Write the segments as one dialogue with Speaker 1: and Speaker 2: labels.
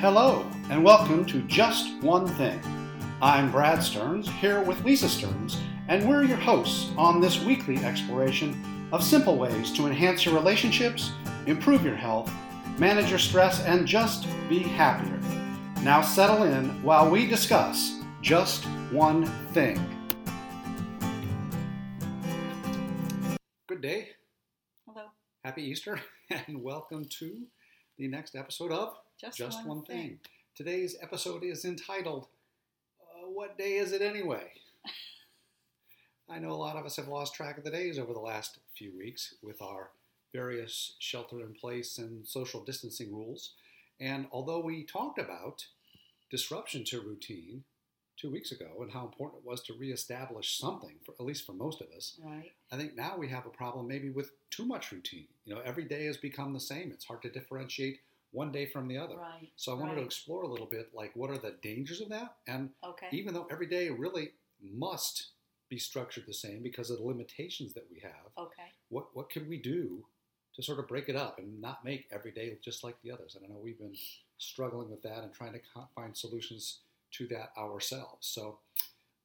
Speaker 1: Hello, and welcome to Just One Thing. I'm Brad Stearns, here with Lisa Stearns, and we're your hosts on this weekly exploration of simple ways to enhance your relationships, improve your health, manage your stress, and just be happier. Now settle in while we discuss Just One Thing. Good day,
Speaker 2: Hello.
Speaker 1: happy Easter, and welcome to the next episode of
Speaker 2: Just,
Speaker 1: just one, thing. Today's episode is entitled, uh, What Day Is It Anyway? I know a lot of us have lost track of the days over the last few weeks with our various shelter in place and social distancing rules. And although we talked about disruption to routine two weeks ago and how important it was to reestablish something, for, at least for most of us,
Speaker 2: Right.
Speaker 1: I think now we have a problem maybe with too much routine. You know, every day has become the same. It's hard to differentiate one day from the other.
Speaker 2: Right.
Speaker 1: So I wanted to
Speaker 2: Right.
Speaker 1: explore a little bit like what are the dangers of that? And
Speaker 2: Okay.
Speaker 1: even though every day really must be structured the same because of the limitations that we have,
Speaker 2: okay.
Speaker 1: what what could we do to sort of break it up and not make every day just like the others? And I know we've been struggling with that and trying to co- find solutions to that ourselves. So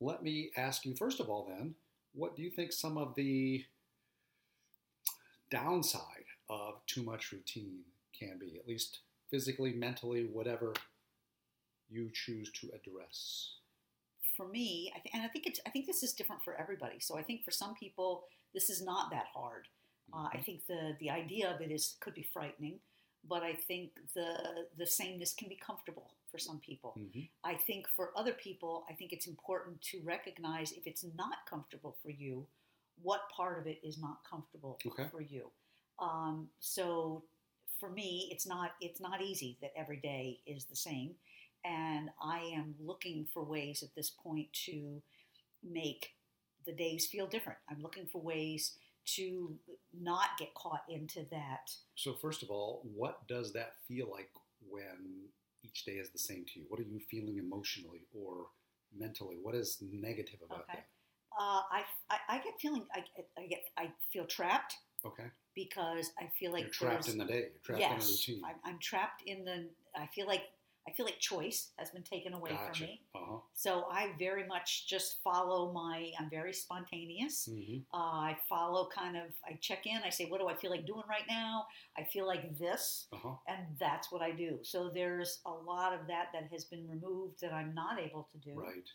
Speaker 1: let me ask you first of all then, what do you think some of the downside of too much routine can be, at least physically, mentally, whatever you choose to address?
Speaker 2: For me, I th- and I think it's I think this is different for everybody. So I think for some people this is not that hard. Uh,
Speaker 1: Mm-hmm.
Speaker 2: I think the the idea of it is could be frightening, but I think the the sameness can be comfortable for some people.
Speaker 1: Mhm.
Speaker 2: I think for other people, I think it's important to recognize if it's not comfortable for you, what part of it is not comfortable
Speaker 1: Okay.
Speaker 2: for you. Um, so for me, it's not it's not easy that every day is the same, and I am looking for ways at this point to make the days feel different. I'm looking for ways to not get caught into that.
Speaker 1: So first of all, what does that feel like when each day is the same to you? What are you feeling emotionally or mentally? What is negative about
Speaker 2: Okay. Uh, I, I I get feeling I, I get I feel trapped
Speaker 1: that? Okay.
Speaker 2: because I feel like
Speaker 1: you're trapped
Speaker 2: there's-
Speaker 1: in the day. You're trapped in a
Speaker 2: yes,
Speaker 1: routine.
Speaker 2: I'm, I'm trapped in the. I feel like I feel like choice has been taken away
Speaker 1: gotcha.
Speaker 2: from me.
Speaker 1: Uh-huh.
Speaker 2: So I very much just follow my. I'm very spontaneous.
Speaker 1: Mhm.
Speaker 2: Uh, I follow kind of. I check in. I say, what do I feel like doing right now? I feel like this,
Speaker 1: Uh-huh.
Speaker 2: and that's what I do. So there's a lot of that that has been removed that I'm not able to do.
Speaker 1: Right.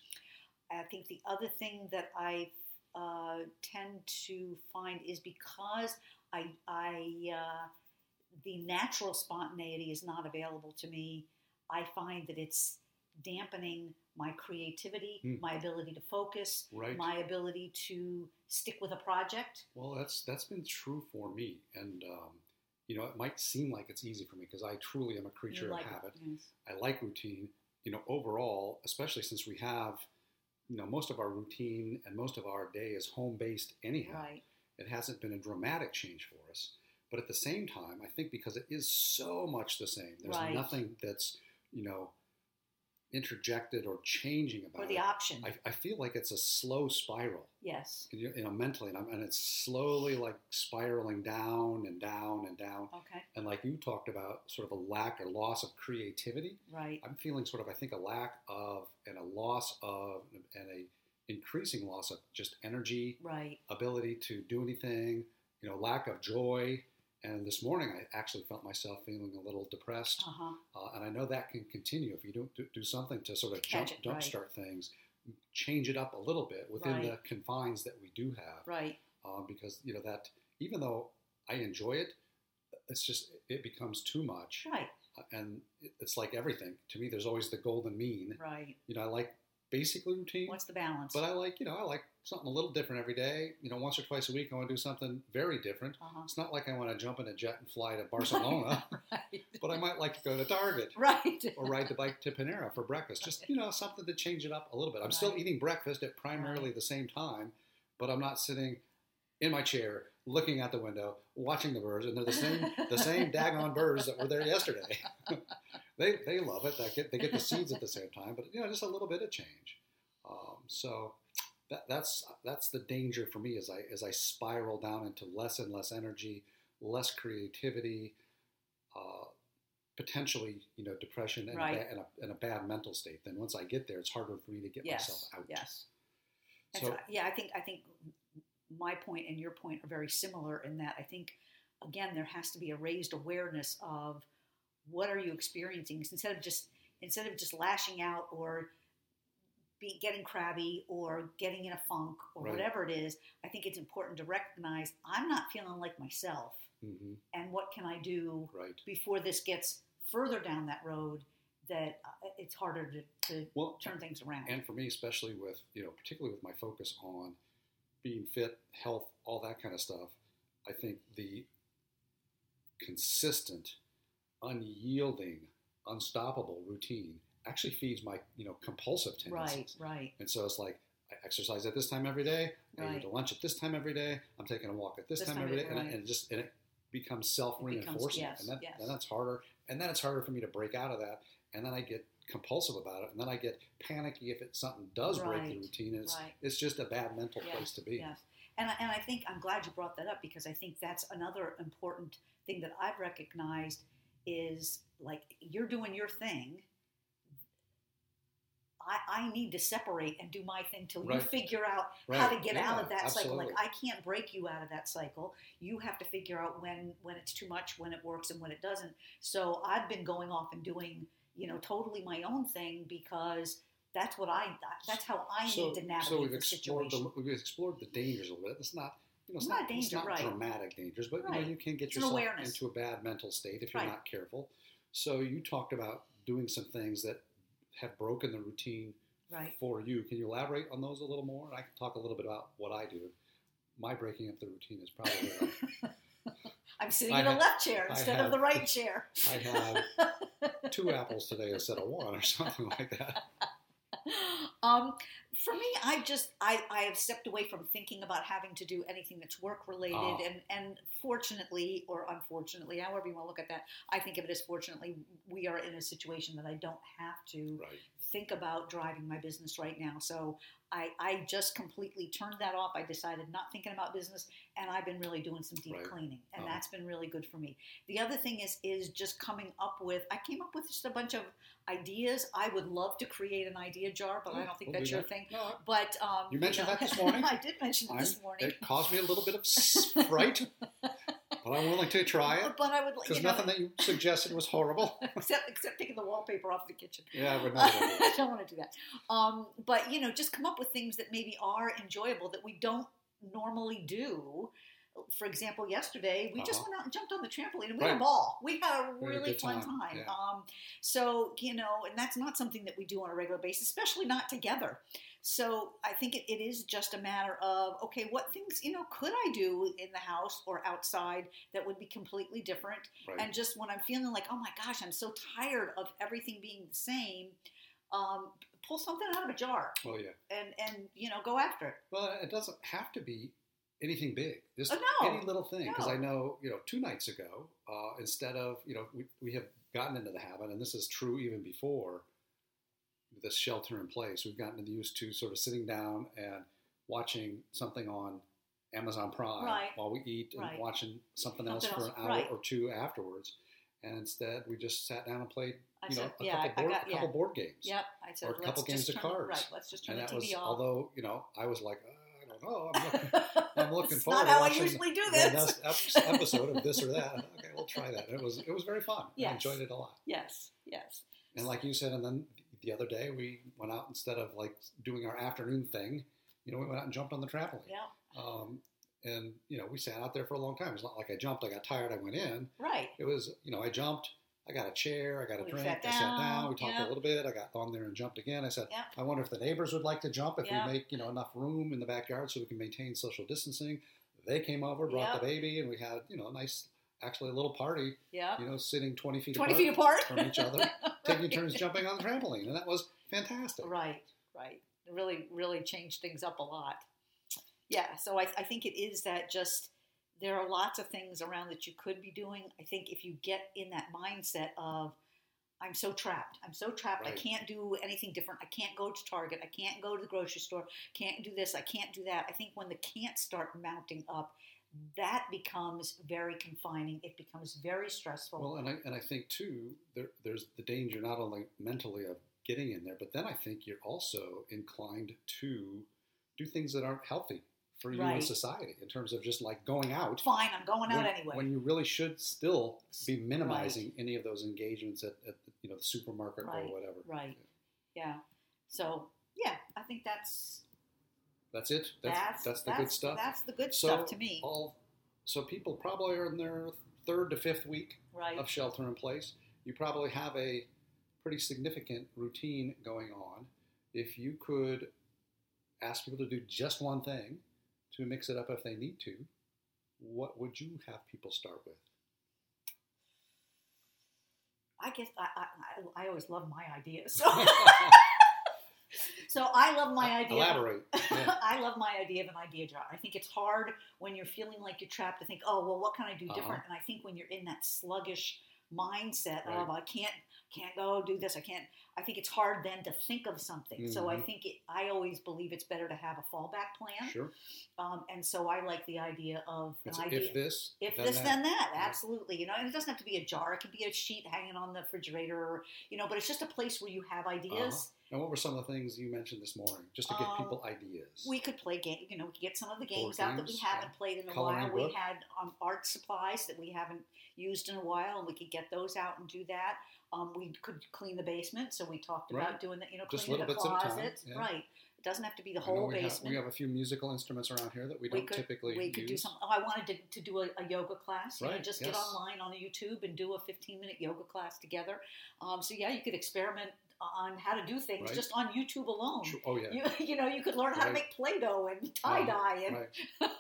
Speaker 2: I think the other thing that I uh, tend to find is because I, I uh, the natural spontaneity is not available to me. I find that it's dampening my creativity,
Speaker 1: Hmm.
Speaker 2: my ability to focus,
Speaker 1: Right.
Speaker 2: my ability to stick with a project.
Speaker 1: Well, that's that's been true for me, and um, you know, it might seem like it's easy for me because I truly am a
Speaker 2: You
Speaker 1: creature
Speaker 2: like-
Speaker 1: of habit.
Speaker 2: yes.
Speaker 1: I like routine. You know, overall, especially since we have, you know, most of our routine and most of our day is home based anyhow.
Speaker 2: Right.
Speaker 1: it hasn't been a dramatic change for us. But at the same time, I think because it is so much the same, there's
Speaker 2: Right.
Speaker 1: nothing that's, you know, interjected or changing about
Speaker 2: Or the
Speaker 1: it.
Speaker 2: option.
Speaker 1: Uh, I, I feel like it's a slow spiral,
Speaker 2: yes.
Speaker 1: you know, mentally, and, I'm, and it's slowly like spiraling down and down and down.
Speaker 2: Okay.
Speaker 1: And like you talked about, sort of a lack or loss of creativity.
Speaker 2: Right.
Speaker 1: I'm feeling sort of, I think, a lack of and a loss of and a increasing loss of just energy,
Speaker 2: Right.
Speaker 1: ability to do anything, you know, lack of joy. And this morning, I actually felt myself feeling a little depressed,
Speaker 2: Uh huh.
Speaker 1: uh, and I know that can continue if you don't do, do something to sort of jump
Speaker 2: Catch it, right.
Speaker 1: jumpstart things, change it up a little bit within the confines that we do have,
Speaker 2: Right.
Speaker 1: um, because you know that even though I enjoy it, it's just it becomes too much,
Speaker 2: Right.
Speaker 1: Uh, and it- it's like everything to me. There's always the golden mean.
Speaker 2: Right.
Speaker 1: You know, I like basically routine.
Speaker 2: What's the balance?
Speaker 1: But I like, you know, I like something a little different every day. You know, once or twice a week, I want to do something very different.
Speaker 2: uh-huh.
Speaker 1: It's not like I want to jump in a jet and fly to Barcelona,
Speaker 2: right.
Speaker 1: but I might like to go to Target
Speaker 2: Right.
Speaker 1: or ride the bike to Panera for breakfast. Just, you know, something to change it up a little bit. I'm still
Speaker 2: Right.
Speaker 1: eating breakfast at primarily the same time, but I'm not sitting in my chair looking out the window watching the birds, and they're the same the same daggone birds that were there yesterday. they they love it. They get they get the seeds at the same time, but you know, just a little bit of change. Um, so that, that's that's the danger for me as I as I spiral down into less and less energy, less creativity, uh, potentially, you know, depression and,
Speaker 2: Right.
Speaker 1: a, ba- and, a, and a bad mental state. Then once I get there, it's harder for me to get myself
Speaker 2: yes,
Speaker 1: out.
Speaker 2: yes. And
Speaker 1: So,
Speaker 2: so, yeah, I think I think my point and your point are very similar in that I think again there has to be a raised awareness of what are you experiencing instead of just instead of just lashing out or be getting crabby or getting in a funk or
Speaker 1: Right.
Speaker 2: whatever it is. I think it's important to recognize I'm not feeling like myself,
Speaker 1: mhm,
Speaker 2: and what can I do
Speaker 1: right.
Speaker 2: before this gets further down that road that uh, it's harder to, to
Speaker 1: Well,
Speaker 2: turn things around.
Speaker 1: and for me, especially with, you know, particularly with my focus on being fit, health, all that kind of stuff, I think the consistent, unyielding, unstoppable routine actually feeds my, you know, compulsive tendencies.
Speaker 2: right, right,
Speaker 1: And so it's like I exercise at this time every day. I
Speaker 2: Right.
Speaker 1: eat a lunch at this time every day. I'm taking a walk at this,
Speaker 2: This
Speaker 1: time,
Speaker 2: time
Speaker 1: every
Speaker 2: of-
Speaker 1: day, and, I-
Speaker 2: right.
Speaker 1: and it just and it becomes self
Speaker 2: becomes-
Speaker 1: reinforcing,
Speaker 2: yes,
Speaker 1: and, that,
Speaker 2: yes.
Speaker 1: and that's harder. And then it's harder for me to break out of that. And then I get compulsive about it, and then I get panicky if it something does break the
Speaker 2: Right,
Speaker 1: routine. And it's
Speaker 2: right.
Speaker 1: it's just a bad mental
Speaker 2: Yes,
Speaker 1: place to be.
Speaker 2: Yes. And I, and I think I'm glad you brought that up because I think that's another important thing that I've recognized is like you're doing your thing. I, I need to separate and do my thing till you
Speaker 1: Right.
Speaker 2: figure out
Speaker 1: Right.
Speaker 2: how to get
Speaker 1: Yeah,
Speaker 2: out of that
Speaker 1: absolutely.
Speaker 2: cycle. Like I can't break you out of that cycle. You have to figure out when when it's too much, when it works, and when it doesn't. So I've been going off and doing you know totally my own thing because that's what I that's how I need to navigate
Speaker 1: so we've
Speaker 2: the
Speaker 1: explored
Speaker 2: situation.
Speaker 1: the we've explored the dangers a little bit. It's not you know it's
Speaker 2: Not
Speaker 1: not, it's
Speaker 2: danger,
Speaker 1: not
Speaker 2: right.
Speaker 1: dramatic dangers, but you
Speaker 2: Right.
Speaker 1: know you can get
Speaker 2: It's an
Speaker 1: yourself
Speaker 2: awareness.
Speaker 1: into a bad mental state if you're
Speaker 2: Right.
Speaker 1: not careful. So you talked about doing some things that have broken the routine
Speaker 2: right.
Speaker 1: for you. Can you elaborate on those a little more? I can talk a little bit about what I do. My breaking up the routine is probably like,
Speaker 2: I'm sitting
Speaker 1: I
Speaker 2: in the
Speaker 1: have-
Speaker 2: left chair
Speaker 1: I
Speaker 2: instead
Speaker 1: have-
Speaker 2: of the right chair.
Speaker 1: I have two apples today instead of one or something like that.
Speaker 2: Um, for me, I just I, I have stepped away from thinking about having to do anything that's work related,
Speaker 1: Ah.
Speaker 2: and and fortunately or unfortunately, however you want to look at that, I think of it as fortunately we are in a situation that I don't have to
Speaker 1: Right.
Speaker 2: think about driving my business right now. So I I just completely turned that off. I decided not thinking about business, and I've been really doing some deep
Speaker 1: Right.
Speaker 2: cleaning, and
Speaker 1: Uh-huh.
Speaker 2: that's been really good for me. The other thing is is just coming up with. I came up with just a bunch of ideas. I would love to create an idea jar, but I don't think
Speaker 1: Oh, We'll
Speaker 2: that's
Speaker 1: do
Speaker 2: your
Speaker 1: that.
Speaker 2: thing.
Speaker 1: No, I-
Speaker 2: But um,
Speaker 1: You mentioned
Speaker 2: know,
Speaker 1: that this morning.
Speaker 2: I did mention it this
Speaker 1: I'm-
Speaker 2: morning.
Speaker 1: it caused me a little bit of fright, but I'm willing to try it.
Speaker 2: But I would, like-
Speaker 1: Because
Speaker 2: you know,
Speaker 1: nothing that you suggested was horrible.
Speaker 2: except except taking the wallpaper off the kitchen.
Speaker 1: yeah, but not horrible.
Speaker 2: I don't want to do that. Um, but you know, just come up with things that maybe are enjoyable that we don't normally do. For example, yesterday we just
Speaker 1: Uh-huh.
Speaker 2: went out and jumped on the trampoline and we had a
Speaker 1: Right.
Speaker 2: ball. We had
Speaker 1: We
Speaker 2: a
Speaker 1: had a
Speaker 2: really
Speaker 1: good
Speaker 2: fun
Speaker 1: time,
Speaker 2: time.
Speaker 1: yeah.
Speaker 2: Um, so you know, and that's not something that we do on a regular basis, especially not together. So I think it, it is just a matter of okay, what things you know could I do in the house or outside that would be completely different
Speaker 1: Right.
Speaker 2: and just when I'm feeling like, oh my gosh, I'm so tired of everything being the same, um, pull something out of a jar
Speaker 1: well, yeah.
Speaker 2: and and you know go after it.
Speaker 1: Well, it doesn't have to be anything big. Just
Speaker 2: Oh, no.
Speaker 1: any little thing. Because
Speaker 2: No.
Speaker 1: I know, you know, two nights ago, uh, instead of, you know, we, we have gotten into the habit, and this is true even before this shelter in place, we've gotten used to sort of sitting down and watching something on Amazon Prime
Speaker 2: Right.
Speaker 1: while we eat and
Speaker 2: Right.
Speaker 1: watching something, else
Speaker 2: Something
Speaker 1: for
Speaker 2: else,
Speaker 1: an hour
Speaker 2: right.
Speaker 1: or two afterwards. And instead, we just sat down and played,
Speaker 2: I
Speaker 1: you know,
Speaker 2: said,
Speaker 1: a
Speaker 2: yeah,
Speaker 1: couple,
Speaker 2: I, I
Speaker 1: board,
Speaker 2: got
Speaker 1: a
Speaker 2: yeah,
Speaker 1: couple board games.
Speaker 2: yep. I said,
Speaker 1: or a
Speaker 2: let's
Speaker 1: couple
Speaker 2: just
Speaker 1: games of
Speaker 2: turn,
Speaker 1: cards.
Speaker 2: Right, let's just turn
Speaker 1: And
Speaker 2: the
Speaker 1: that
Speaker 2: TV
Speaker 1: was,
Speaker 2: off.
Speaker 1: although, you know, I was like, "Uh, I don't know. I'm looking, I'm looking
Speaker 2: It's
Speaker 1: forward
Speaker 2: Not
Speaker 1: to
Speaker 2: how
Speaker 1: watching
Speaker 2: I usually do
Speaker 1: the
Speaker 2: this.
Speaker 1: next ep- episode of this or that. Okay, we'll try that. It was it was very fun. I
Speaker 2: Yes.
Speaker 1: enjoyed it a lot.
Speaker 2: Yes, yes,
Speaker 1: And like you said, and then the other day we went out instead of like doing our afternoon thing, you know, we went out and jumped on the trampoline.
Speaker 2: yeah,
Speaker 1: Um, and you know, we sat out there for a long time. It's not like I jumped. I got tired. I went in.
Speaker 2: right.
Speaker 1: It was you know, I jumped. I got a chair. I got a
Speaker 2: We
Speaker 1: drink.
Speaker 2: sat
Speaker 1: I sat down.
Speaker 2: down,
Speaker 1: We talked
Speaker 2: yeah.
Speaker 1: a little bit. I got on there and jumped again. I said,
Speaker 2: Yep.
Speaker 1: I wonder if the neighbors would like to jump if
Speaker 2: Yeah.
Speaker 1: we make you know enough room in the backyard so we can maintain social distancing. They came over, brought the baby, and we had you know a nice, actually a little party.
Speaker 2: Yeah,
Speaker 1: You know, sitting twenty feet
Speaker 2: twenty
Speaker 1: apart
Speaker 2: feet apart
Speaker 1: from each other, taking turns jumping on the trampoline, and that was fantastic.
Speaker 2: Right, right. Really, really changed things up a lot. Yeah, so I, I think it is that just there are lots of things around that you could be doing. I think if you get in that mindset of, I'm so trapped. I'm so trapped. I
Speaker 1: Right.
Speaker 2: can't do anything different. I can't go to Target. I can't go to the grocery store. Can't do this. I can't do that. I think when the can't start mounting up, that becomes very confining. It becomes very stressful.
Speaker 1: Well, and I, and I think too, there, there's the danger not only mentally of getting in there, but then I think you're also inclined to do things that aren't healthy for you
Speaker 2: Right.
Speaker 1: and society in terms of just like going out.
Speaker 2: Fine, I'm going out
Speaker 1: when,
Speaker 2: anyway.
Speaker 1: when you really should still be minimizing any of those engagements at, at you know the supermarket
Speaker 2: Right,
Speaker 1: or whatever.
Speaker 2: right. yeah. So yeah, I think that's
Speaker 1: That's it. That's
Speaker 2: that's
Speaker 1: that's, the good stuff.
Speaker 2: That's the good
Speaker 1: So,
Speaker 2: stuff to me.
Speaker 1: All so people probably are in their third to fifth week
Speaker 2: Right.
Speaker 1: of shelter in place. You probably have a pretty significant routine going on. If you could ask people to do just one thing to mix it up if they need to, what would you have people start with?
Speaker 2: I guess I, I- I, I always love my ideas. So, so I love my idea.
Speaker 1: Uh, Elaborate. Yeah.
Speaker 2: I love my idea of an idea jar. I think it's hard when you're feeling like you're trapped to think, oh, well, what can I do
Speaker 1: Uh-huh.
Speaker 2: different? And I think when you're in that sluggish mindset
Speaker 1: Right.
Speaker 2: of I can't can't go do this, I can't. I think it's hard then to think of something. So I
Speaker 1: Mhm.
Speaker 2: think it, I always believe it's better to have a fallback plan.
Speaker 1: Sure.
Speaker 2: Um, and so I like the idea of an
Speaker 1: It's
Speaker 2: idea.
Speaker 1: if this,
Speaker 2: If
Speaker 1: then
Speaker 2: this,
Speaker 1: that.
Speaker 2: then that.
Speaker 1: Yeah.
Speaker 2: Absolutely. You know, and it doesn't have to be a jar. It could be a sheet hanging on the refrigerator, or, you know, but it's just a place where you have ideas.
Speaker 1: And what were some of the things you mentioned this morning, just to give
Speaker 2: Um,
Speaker 1: people ideas?
Speaker 2: We could play game. You know, we could get some of the games out that we
Speaker 1: games,
Speaker 2: haven't
Speaker 1: yeah.
Speaker 2: played in a
Speaker 1: Coloring
Speaker 2: while. We
Speaker 1: book.
Speaker 2: had um, art supplies that we haven't used in a while, and we could get those out and do that. Um, we could clean the basement, so we talked
Speaker 1: Right.
Speaker 2: about doing that. You know,
Speaker 1: Just
Speaker 2: cleaning the
Speaker 1: little bits at a time,
Speaker 2: closets.
Speaker 1: yeah.
Speaker 2: Right. It doesn't have to be the
Speaker 1: I know
Speaker 2: whole
Speaker 1: we Have, we
Speaker 2: basement.
Speaker 1: have a few musical instruments around here that we
Speaker 2: We
Speaker 1: don't
Speaker 2: could-
Speaker 1: typically
Speaker 2: we
Speaker 1: use.
Speaker 2: could do some. Oh, I wanted to, to do a, a yoga class. You know,
Speaker 1: Right,
Speaker 2: just get
Speaker 1: yes.
Speaker 2: online on YouTube and do a 15 minute yoga class together. Um, so yeah, you could experiment on how to do things
Speaker 1: Right.
Speaker 2: just on YouTube alone.
Speaker 1: Sure. Oh yeah,
Speaker 2: You, you know, you could learn how
Speaker 1: Right.
Speaker 2: to
Speaker 1: Um,
Speaker 2: make Play-Doh and tie dye and
Speaker 1: right.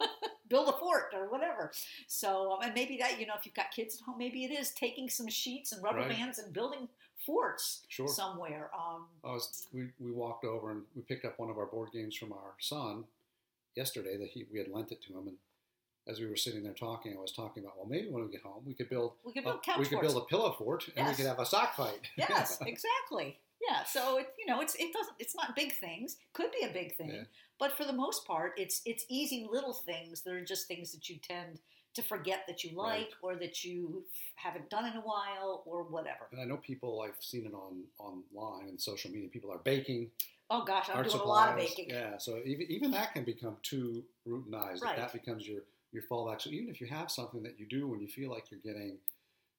Speaker 2: build a fort or whatever. So, um, and maybe that, you know, if you've got kids at home, maybe it is taking some sheets and rubber
Speaker 1: Right.
Speaker 2: bands and building forts
Speaker 1: Sure.
Speaker 2: somewhere. Um,
Speaker 1: I was, we, we walked over and we picked up one of our board games from our son yesterday that he we had lent it to him. And as we were sitting there talking, I was talking about well, maybe when we get home, we could build
Speaker 2: we could
Speaker 1: a,
Speaker 2: build couch
Speaker 1: Uh, we could
Speaker 2: forts.
Speaker 1: build a pillow fort and
Speaker 2: Yes.
Speaker 1: we could have a sock fight.
Speaker 2: yes, exactly. Yeah. So it, you know, it's it doesn't it's not big things. Could be a big thing,
Speaker 1: Yeah.
Speaker 2: but for the most part, it's it's easy little things that are just things that you tend to forget that you like
Speaker 1: Right.
Speaker 2: or that you haven't done in a while or whatever.
Speaker 1: and I know people I've seen it on online and social media. People are baking
Speaker 2: Oh gosh, I'm
Speaker 1: art
Speaker 2: doing
Speaker 1: supplies.
Speaker 2: a lot of baking.
Speaker 1: Yeah, so even even that can become too routinized. if
Speaker 2: Right.
Speaker 1: That becomes your your fallback. So even if you have something that you do when you feel like you're getting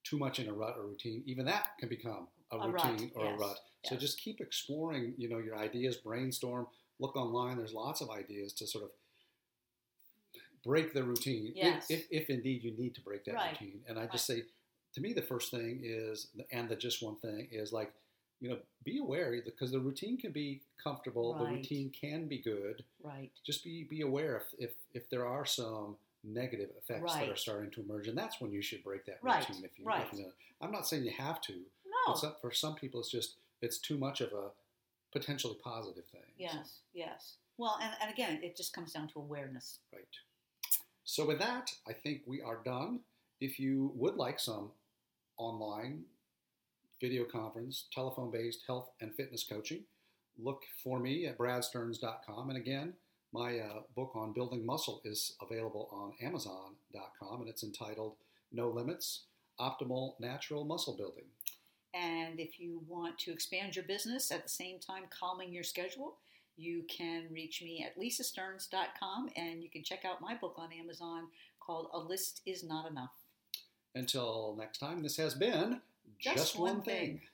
Speaker 1: too much in a rut or routine, even that can become a,
Speaker 2: A rut,
Speaker 1: routine or
Speaker 2: yes,
Speaker 1: a rut. So
Speaker 2: yes.
Speaker 1: just keep exploring, you know, your ideas, brainstorm, look online. There's lots of ideas to sort of break the routine. if-
Speaker 2: Yes.
Speaker 1: If, if, indeed you need to break that
Speaker 2: Right.
Speaker 1: routine. And I just say, to me, the first thing is, and the just one thing is like, you know, be aware because the routine can be comfortable. The
Speaker 2: Right.
Speaker 1: routine can be good.
Speaker 2: Right.
Speaker 1: Just be be aware if if, if there are some negative effects that are
Speaker 2: Right.
Speaker 1: starting to emerge, and that's when you should break that
Speaker 2: Right,
Speaker 1: routine. If you,
Speaker 2: right.
Speaker 1: if you know. I'm not saying you have to.
Speaker 2: No.
Speaker 1: But some, for some people, it's just it's too much of a potentially positive thing.
Speaker 2: Yes, yes. Well, and, and again, it just comes down to awareness.
Speaker 1: Right. So with that, I think we are done. If you would like some online video conference, telephone-based health and fitness coaching, look for me at bradstearns.com. And again, my uh, book on building muscle is available on amazon.com, and it's entitled No Limits, Optimal Natural Muscle Building.
Speaker 2: And if you want to expand your business at the same time calming your schedule, you can reach me at lisasterns.com and you can check out my book on Amazon called A List Is Not Enough.
Speaker 1: Until next time, this has been
Speaker 2: Just One Thing.